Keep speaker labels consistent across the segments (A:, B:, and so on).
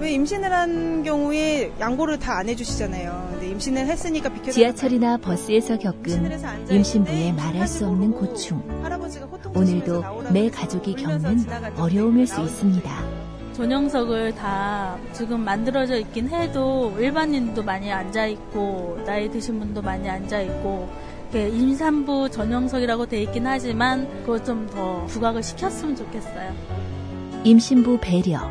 A: 왜 임신을 한 경우에 양보를 다 안 해주시잖아요. 근데 임신을 했으니까 비켜.
B: 지하철이나 버스에서 겪은 임신부의 말할 수 없는 고충. 오늘도 매 가족이 겪는 어려움일 수 있습니다.
C: 전용석을 다 지금 만들어져 있긴 해도 일반인도 많이 앉아 있고 나이 드신 분도 많이 앉아 있고 이렇게 임산부 전용석이라고 돼 있긴 하지만 그걸 좀 더 부각을 시켰으면 좋겠어요.
B: 임신부 배려,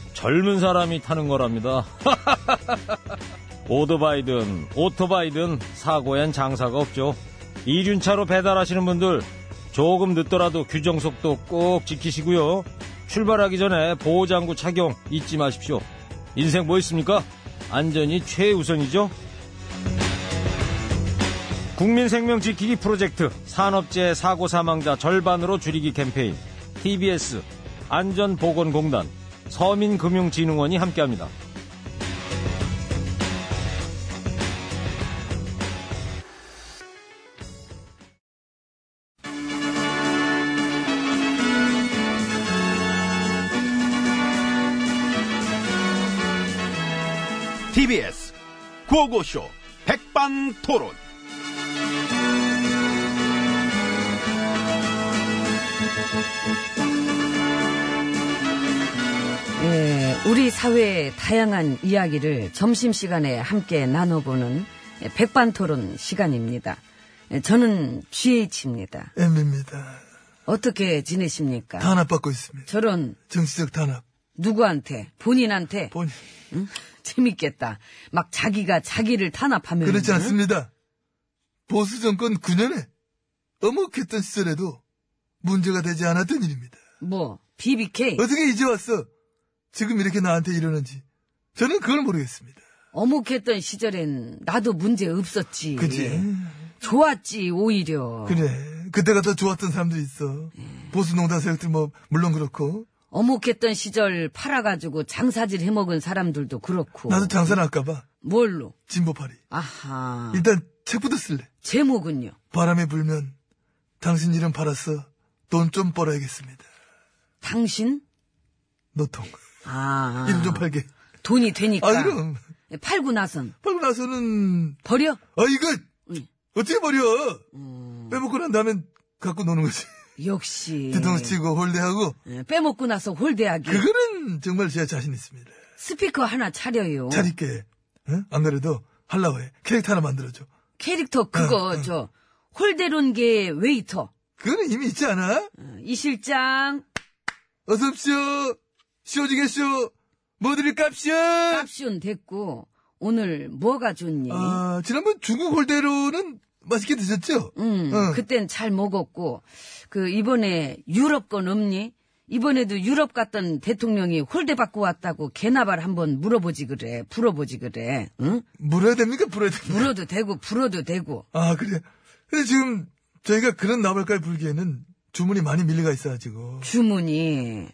D: 젊은 사람이 타는 거랍니다. 오토바이든 오토바이든 사고엔 장사가 없죠. 이륜차로 배달하시는 분들 조금 늦더라도 규정 속도 꼭 지키시고요. 출발하기 전에 보호장구 착용 잊지 마십시오. 인생 뭐 있습니까? 안전이 최우선이죠. 국민 생명 지키기 프로젝트 산업재해 사고 사망자 절반으로 줄이기 캠페인 TBS 안전보건공단 서민금융진흥원이 함께합니다.
E: TBS 구호고쇼 백반토론.
F: 예, 우리 사회의 다양한 이야기를 점심시간에 함께 나눠보는 백반토론 시간입니다. 예, 저는 GH입니다.
G: 엠비입니다.
F: 어떻게 지내십니까?
G: 탄압받고 있습니다.
F: 저런
G: 정치적 탄압.
F: 누구한테 본인한테
G: 본
F: 재밌겠다. 막 자기가 자기를 탄압하면
G: 그렇지 않습니다. 보수 정권 9년에 어묵했던 시절에도 문제가 되지 않았던 일입니다.
F: 뭐 BBK
G: 어떻게 이제 와서 지금 이렇게 나한테 이러는지 저는 그걸 모르겠습니다.
F: 어묵했던 시절엔 나도 문제 없었지.
G: 그지?
F: 좋았지 오히려.
G: 그래. 그때가 더 좋았던 사람도 있어. 보수 농단 세력들 뭐 물론 그렇고
F: 어묵했던 시절 팔아가지고 장사질 해먹은 사람들도 그렇고.
G: 나도 장사를 할까봐
F: 뭘로?
G: 진보파리.
F: 아하.
G: 일단 책부터 쓸래.
F: 제목은요.
G: 바람에 불면 당신 이름 팔았어. 돈 좀 벌어야겠습니다.
F: 당신?
G: 노통.
F: 아. 그러니까.
G: 이름 좀 팔게.
F: 돈이 되니까. 예,
G: 아, 그럼.
F: 팔고 나선
G: 팔고 나서는,
F: 버려?
G: 아, 이거,
F: 응.
G: 어떻게 버려? 빼먹고 난 다음에 갖고 노는 거지.
F: 역시.
G: 뒤통수 치고 홀대하고,
F: 예, 빼먹고 나서 홀대하기.
G: 그거는 정말 제가 자신 있습니다.
F: 스피커 하나 차려요.
G: 잘 있게. 응? 안 그래도, 할라고 해. 캐릭터 하나 만들어줘.
F: 캐릭터
G: 어,
F: 그거 저 홀대론계 웨이터
G: 그거는 이미 있지 않아?
F: 어, 이 실장
G: 어서옵쇼! 쇼지겠쇼! 뭐 드릴깝쇼!
F: 값시온 됐고 오늘 뭐가 좋니?
G: 아, 지난번 중국 홀대로는 맛있게 드셨죠?
F: 음,
G: 어.
F: 그땐 잘 먹었고 그 이번에 유럽 건 없니? 이번에도 유럽 갔던 대통령이 홀대 받고 왔다고 개나발 한번 물어보지 그래, 불어보지 그래, 응?
G: 물어야 됩니까? 불어야 됩니까?
F: 물어도 되고 불어도 되고
G: 아, 그래. 근데 지금 저희가 그런 나발가에 불기에는 주문이 많이 밀려가 있어가지고.
F: 주문이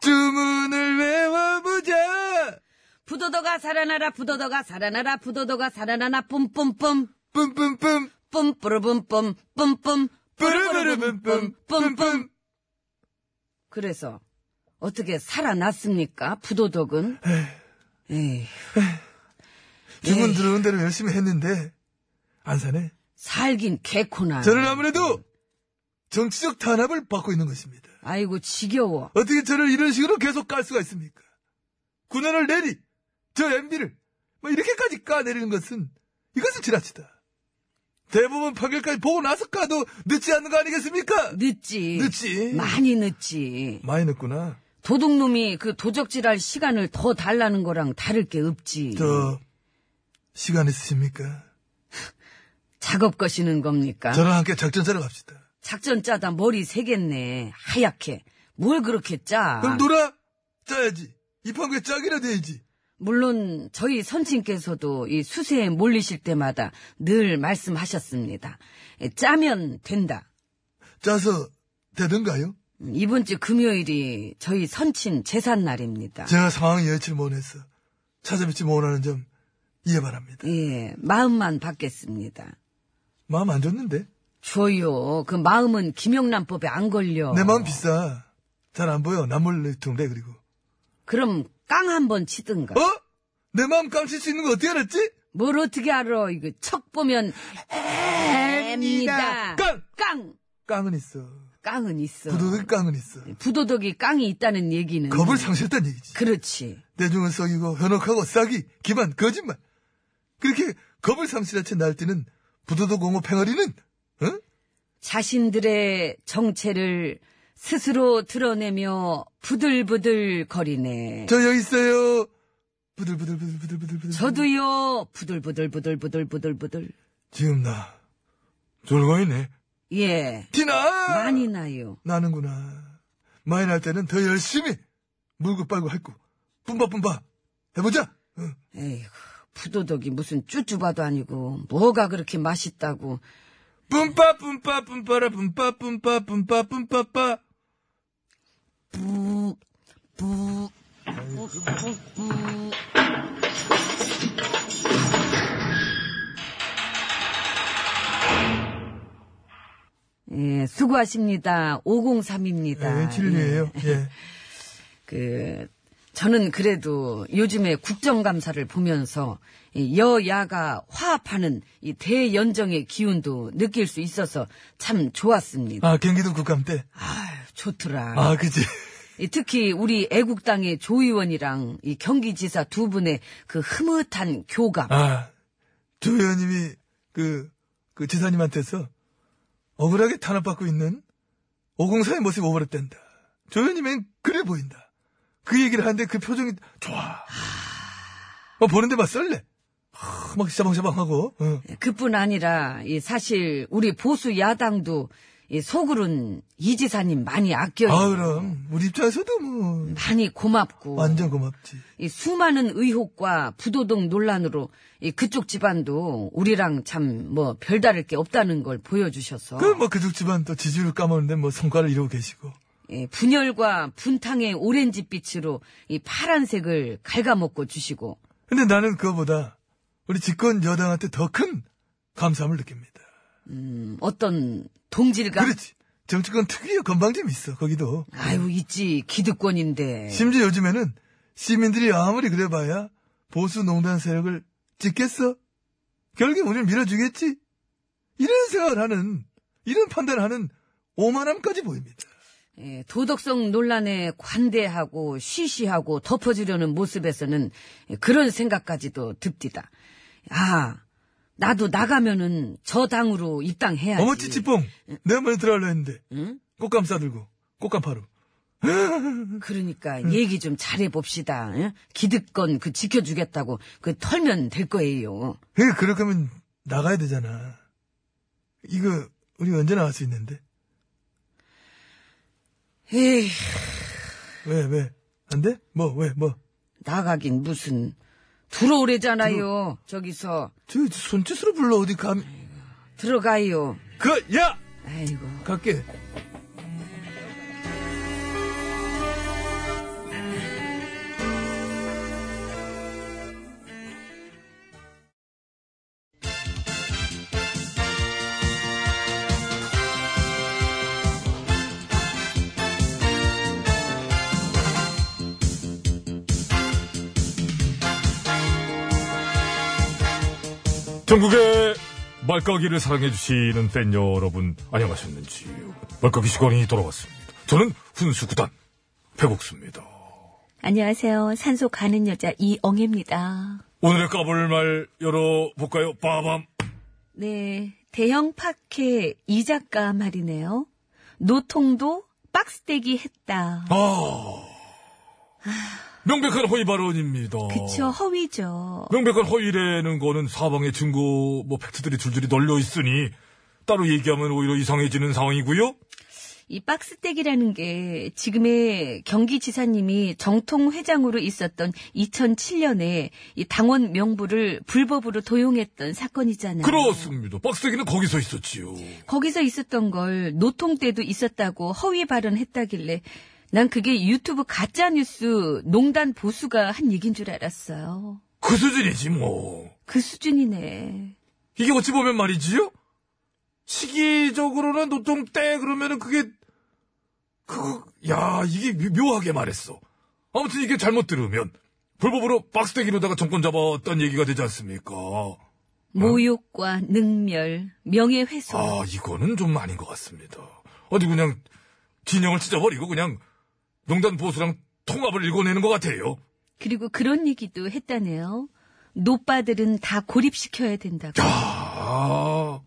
G: 주문을 외워보자!
F: 부도더가 살아나라, 부도더가 살아나라, 부도더가 살아나라, 뿜뿜뿜.
G: 뿜뿜뿜,
F: 뿜뿌르뿜뿜 뿜뿜
G: 뿌르르뿜뿜, 뿜뿜.
F: 그래서 어떻게 살아났습니까? 부도덕은
G: 네.
F: 에이,
G: 주문
F: 에이.
G: 들어오는 대로 열심히 했는데, 안 사네.
F: 살긴 개코나
G: 저는 아무래도 정치적 탄압을 받고 있는 것입니다.
F: 아이고 지겨워
G: 어떻게 저를 이런 식으로 계속 깔 수가 있습니까? 군원을 내리, 저 MB를, 뭐 이렇게까지 까내리는 것은, 이것은 지나치다. 대법원 판결까지 보고 나서 까도 늦지 않는 거 아니겠습니까?
F: 늦지
G: 늦지.
F: 많이 늦지
G: 많이 늦구나.
F: 도둑놈이 그 도적질할 시간을 더 달라는 거랑 다를 게 없지
G: 저, 시간 있으십니까?
F: 작업 거시는 겁니까?
G: 저랑 함께 작전 짜러 갑시다.
F: 작전 짜다 머리 새겠네 하얗게 뭘 그렇게 짜 아.
G: 그럼 놀아! 짜야지. 이 판국에 짝이라 돼야지.
F: 물론 저희 선친께서도 이 수세에 몰리실 때마다 늘 말씀하셨습니다. 에, 짜면 된다.
G: 짜서 되던가요?
F: 음, 이번 주 금요일이 저희 선친 재산 날입니다.
G: 제가 상황 예측 못해서 찾아뵙지 못하는 점 이해 바랍니다.
F: 예, 마음만 받겠습니다.
G: 마음 안 좋는데?
F: 줘요. 그 마음은 김영란법에 안 걸려.
G: 내 마음 비싸. 잘 안 보여. 남몰래 둥래 그리고.
F: 그럼 깡 한번 치든가.
G: 어? 내 마음 깜칠 수 있는 거 어떻게 알았지?
F: 뭘 어떻게 알아? 이거 척 보면 앱니다.
G: 깡!
F: 깡!
G: 깡은 있어.
F: 깡은 있어.
G: 부도덕 깡은 있어.
F: 부도덕이 깡이 있다는 얘기는
G: 겁을 상실했단 얘기지.
F: 그렇지.
G: 대중은 속이고 현혹하고 싸기 기만 거짓말. 그렇게 겁을 상실한 채 날뛰는 부도덕 공호 팽어리는 응?
F: 자신들의 정체를 스스로 드러내며 부들부들 거리네.
G: 저 여기 있어요. 부들부들부들부들부들.
F: 저도요. 부들부들 부들부들 부들부들.
G: 지금 나 졸거이네.
F: 예.
G: 티나.
F: 많이 나요.
G: 나는구나. 많이 날 때는 더 열심히 물고 빨고 할고 뿜바뿜바 해보자. 응.
F: 에이구. 부도덕이 무슨 쭈쭈바도 아니고 뭐가 그렇게 맛있다고.
G: 뿜빠 뿜빠 뿜빠라 뿜빠 뿜빠 뿜빠 뿜빠빠.
F: 뿌, 뿌, 뿌, 뿌, 뿌. 예, 수고하십니다. 503입니다.
G: 예, 진리예요. 예.
F: 그, 저는 그래도 요즘에 국정감사를 보면서 이 여야가 화합하는 이 대연정의 기운도 느낄 수 있어서 참 좋았습니다.
G: 아 경기도 국감 때.
F: 아유, 좋더라.
G: 아 그지.
F: 이 예, 특히 우리 애국당의 조 의원이랑 이 경기지사 두 분의 그 흐뭇한 교감.
G: 아, 아조 의원님이 그, 그 지사님한테서 억울하게 탄압받고 있는 504의 모습 오버랩된다. 조 의원님은 그래 보인다. 그 얘기를 하는데 그 표정이 좋아. 어, 보는데 막 썰래. 하, 막 샤방샤방하고. 어.
F: 예, 그뿐 아니라 이 사실 우리 보수 야당도 이 속으론 이 지사님 많이 아껴요.
G: 아 그럼 우리 입장에서도 뭐
F: 많이 고맙고
G: 완전 고맙지.
F: 이 수많은 의혹과 부도덕 논란으로 이 그쪽 집안도 우리랑 참 뭐 별다를 게 없다는 걸 보여주셔서
G: 그뭐 그쪽 집안 또 지지율 까먹는데 뭐 성과를 이루고 계시고.
F: 예, 분열과 분탕의 오렌지빛으로 이 파란색을 갉아먹고 주시고.
G: 근데 나는 그거보다 우리 집권 여당한테 더 큰 감사함을 느낍니다.
F: 음, 어떤 동질감.
G: 그렇지. 정치권 특유의 건방짐이 있어, 거기도.
F: 아유, 있지. 기득권인데.
G: 네. 심지어 요즘에는 시민들이 아무리 그래봐야 보수 농단 세력을 찍겠어? 결국 우리를 밀어주겠지? 이런 생각을 하는, 이런 판단하는 오만함까지 보입니다.
F: 예, 도덕성 논란에 관대하고 쉬쉬하고 덮어주려는 모습에서는 그런 생각까지도 듭디다. 아, 나도 나가면은 저 당으로 입당해야지.
G: 어머 찌찌뽕, 내가 먼저 들어가려 했는데 응? 꽃감 싸들고 꽃감파로.
F: 그러니까 얘기 좀 잘해봅시다. 응? 기득권 그 지켜주겠다고 그 털면 될 거예요.
G: 그 그렇게 하면 나가야 되잖아. 이거 우리 언제 나갈 수 있는데?
F: 에이.
G: 왜, 왜? 안 돼? 뭐, 왜, 뭐?
F: 나가긴 무슨. 들어오래잖아요, 들어... 저기서.
G: 저, 저, 손짓으로 불러, 어디 감.
F: 들어가요.
G: 그, 야!
F: 아이고.
G: 갈게.
H: 전국의 말까기를 사랑해주시는 팬 여러분, 안녕하셨는지요. 말까기 시간이 돌아왔습니다. 저는 훈수구단, 배복수입니다.
B: 안녕하세요. 산소 가는 여자 이엉입니다.
H: 오늘의 까불 말 열어볼까요? 빠밤!
B: 네. 대형 파케 이 작가 말이네요. 노통도 박스떼기 했다.
H: 아. 명백한 허위 발언입니다.
B: 그쵸, 허위죠.
H: 명백한 허위라는 거는 사방에 증거, 뭐, 팩트들이 줄줄이 널려 있으니, 따로 얘기하면 오히려 이상해지는 상황이고요.
F: 이 박스댁이라는 게 지금의 경기지사님이 정통 회장으로 있었던 2007년에 이 당원 명부를 불법으로 도용했던 사건이잖아요.
H: 그렇습니다. 박스기는 거기서 있었지요.
F: 거기서 있었던 걸 노통 때도 있었다고 허위 발언했다길래 난 그게 유튜브 가짜 뉴스 농단 보수가 한 얘긴 줄 알았어요.
H: 그 수준이지 뭐.
F: 그 수준이네.
H: 이게 어찌 보면 말이지요? 시기적으로는 노통 때 그러면은 그게 그거 야 이게 묘- 묘하게 말했어. 아무튼 이게 잘못 들으면 불법으로 박스대기로다가 정권 잡았던 얘기가 되지 않습니까?
F: 모욕과 능멸, 명예훼손.
H: 아 이거는 좀 아닌 것 같습니다. 어디 그냥 진영을 찢어버리고 그냥 농단 보수랑 통합을 일궈내는 것 같아요.
F: 그리고 그런 얘기도 했다네요. 노빠들은 다 고립시켜야 된다고.
H: 아.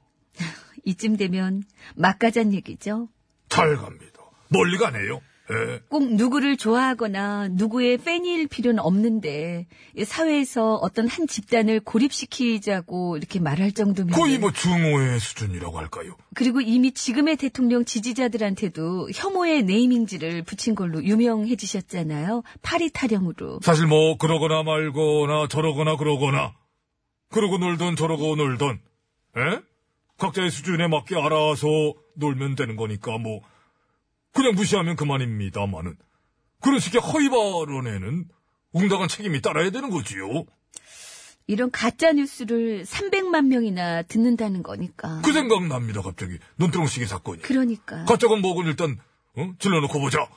F: 이쯤 되면 막가잔 얘기죠.
H: 잘 갑니다. 멀리 가네요. 예.
F: 꼭 누구를 좋아하거나 누구의 팬일 필요는 없는데 이 사회에서 어떤 한 집단을 고립시키자고 이렇게 말할 정도면
H: 거의 뭐 중호의 수준이라고 할까요?
F: 그리고 이미 지금의 대통령 지지자들한테도 혐오의 네이밍지를 붙인 걸로 유명해지셨잖아요. 파리 타령으로.
H: 사실 뭐 그러거나 말거나 저러거나 그러거나 그러고 놀던 저러고 놀던 에? 각자의 수준에 맞게 알아서 놀면 되는 거니까 뭐 그냥 무시하면 그만입니다마는 그런 식의 허위 발언에는 응당한 책임이 따라야 되는 거지요.
F: 이런 가짜 뉴스를 300만 명이나 듣는다는 거니까.
H: 그 생각납니다 갑자기 눈두렁식의 사건이.
F: 그러니까.
H: 가짜건 뭐건 일단 어? 질러놓고 보자.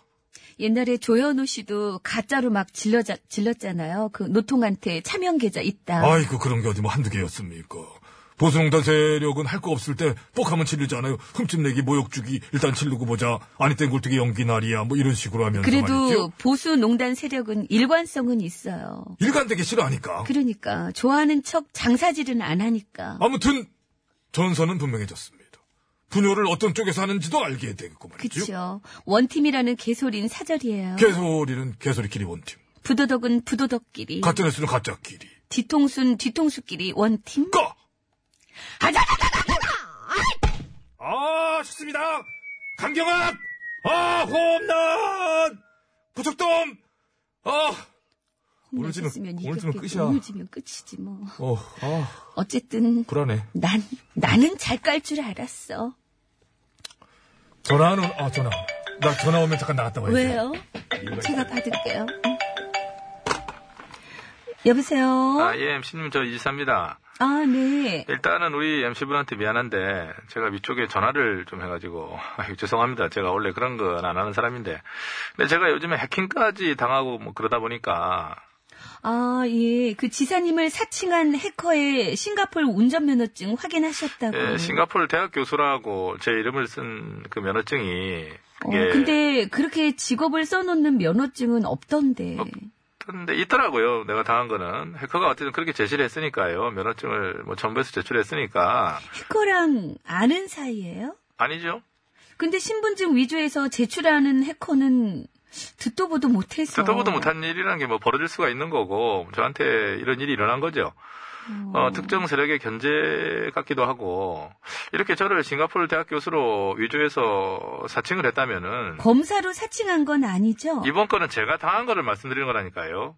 F: 옛날에 조현우 씨도 가짜로 막 질러자, 질렀잖아요. 그 노통한테 차명 계좌 있다.
H: 아이고 그런 게 어디 뭐 한두 개였습니까. 보수농단 세력은 할 거 없을 때 뻑하면 질르잖아요. 흠집내기, 모욕주기, 일단 질르고 보자. 아니 땐 굴뚝이 연기날이야. 뭐 이런 식으로 하면서
F: 그래도
H: 말이죠.
F: 보수 농단 세력은 일관성은 있어요.
H: 일관되게 싫어하니까.
F: 그러니까 좋아하는 척 장사질은 안 하니까.
H: 아무튼 전선은 분명해졌습니다. 분열을 어떤 쪽에서 하는지도 알게 되겠고 말이죠.
F: 그쵸. 원팀이라는 개소린 사절이에요.
H: 그- 개소리는 개소리끼리 원팀.
F: 예. 부도덕은 부도덕끼리.
H: 가짜뉴스는 가짜끼리.
F: 뒤통수는 뒤통수끼리 원팀.
H: 까!
F: 아자자자자!
H: 아 좋습니다. 강경학! 아 홈런! 부척돔! 아 오늘 지면- 오늘 지면 끝이야.
F: 오늘 지면 끝이지 뭐.
H: 어, 아,
F: 어쨌든
H: 불안해.
F: 난 나는 잘 깔 줄 알았어.
H: 전화 안 오, 아, 전화. 나 전화 오면 잠깐 나갔다 와야 돼.
F: 왜요? 제가 받을게요. 여보세요.
I: 아, 예, MC님, 저 이지사입니다.
F: 아 네.
I: 일단은 우리 MC분한테 미안한데, 제가 위쪽에 전화를 좀 해가지고, 아유, 죄송합니다. 제가 원래 그런 건 안 하는 사람인데. 근데 제가 요즘에 해킹까지 당하고 뭐 그러다 보니까,
F: 아, 예. 그 지사님을 사칭한 해커의 싱가폴 운전면허증 확인하셨다고.
I: 예, 싱가포르 대학 교수라고 제 이름을 쓴 그 면허증이,
F: 어,
I: 그게,
F: 근데 그렇게 직업을 써놓는 면허증은 없던데.
I: 어, 근데 있더라고요. 내가 당한 거는. 해커가 어쨌든 그렇게 제시를 했으니까요. 면허증을 뭐 첨부해서 제출했으니까.
F: 해커랑 아는 사이예요?
I: 아니죠.
F: 근데 신분증 위조해서 제출하는 해커는 듣도 보도 못해서.
I: 듣도 보도 못한 일이라는 게 뭐 벌어질 수가 있는 거고 저한테 이런 일이 일어난 거죠. 어, 특정 세력의 견제 같기도 하고 이렇게 저를 싱가포르 대학 교수로 위조해서 사칭을 했다면은
F: 검사로 사칭한 건 아니죠?
I: 이번 건은 제가 당한 거를 말씀드리는 거라니까요.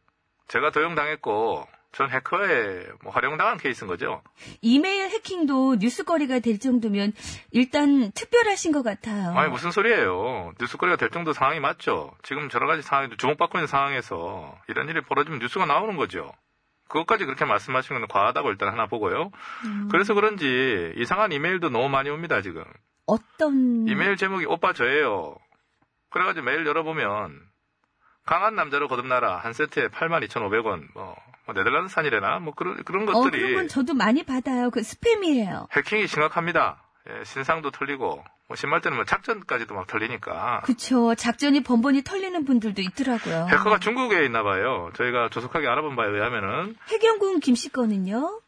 I: 제가 도용당했고 전 해커에 뭐 활용당한 케이스인 거죠.
F: 이메일 해킹도 뉴스거리가 될 정도면 일단 특별하신 것 같아요.
I: 아니 무슨 소리예요. 뉴스거리가 될 정도 상황이 맞죠. 지금 여러 가지 상황이 주목받고 있는 상황에서 이런 일이 벌어지면 뉴스가 나오는 거죠. 그것까지 그렇게 말씀하시는 건 과하다고 일단 하나 보고요.
F: 음.
I: 그래서 그런지 이상한 이메일도 너무 많이 옵니다 지금.
F: 어떤.
I: 이메일 제목이 오빠 저예요. 그래가지고 메일 열어보면 강한 남자로 거듭나라 한 세트에 82,500원 뭐, 뭐 네덜란드산이래나 뭐 그런 그런
F: 어,
I: 것들이
F: 그런 건 저도 많이 받아요. 그 스팸이에요.
I: 해킹이 심각합니다. 예, 신상도 털리고 뭐 심할 때는 뭐 작전까지도 막 털리니까.
F: 그쵸. 작전이 번번이 털리는 분들도 있더라고요.
I: 해커가 중국에 있나 봐요. 저희가 조속하게 알아본 바에 의하면은
F: 해경군 김씨 거는요?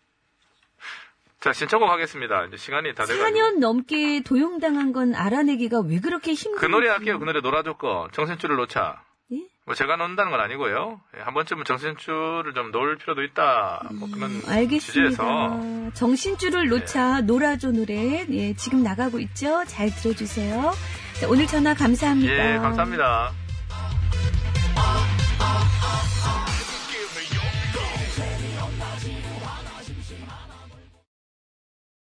I: 자 신청곡 하겠습니다. 이제 시간이 다 돼가지고
F: 4년 넘게 도용당한 건 알아내기가 왜 그렇게 힘든지.
I: 그 노래 할게요. 그 노래 놀아줬고 정신줄을 놓자.
F: 예?
I: 뭐 제가 논다는 건 아니고요. 예, 한 번쯤은 정신줄을 좀 놓을 필요도 있다. 뭐 그런
F: 음,
I: 취지에서
F: 알겠습니다. 예, 정신줄을 놓자 놀아줘 노래. 예, 지금 나가고 있죠? 잘 들어주세요.
J: 오늘 전화 감사합니다.
F: 예, 감사합니다.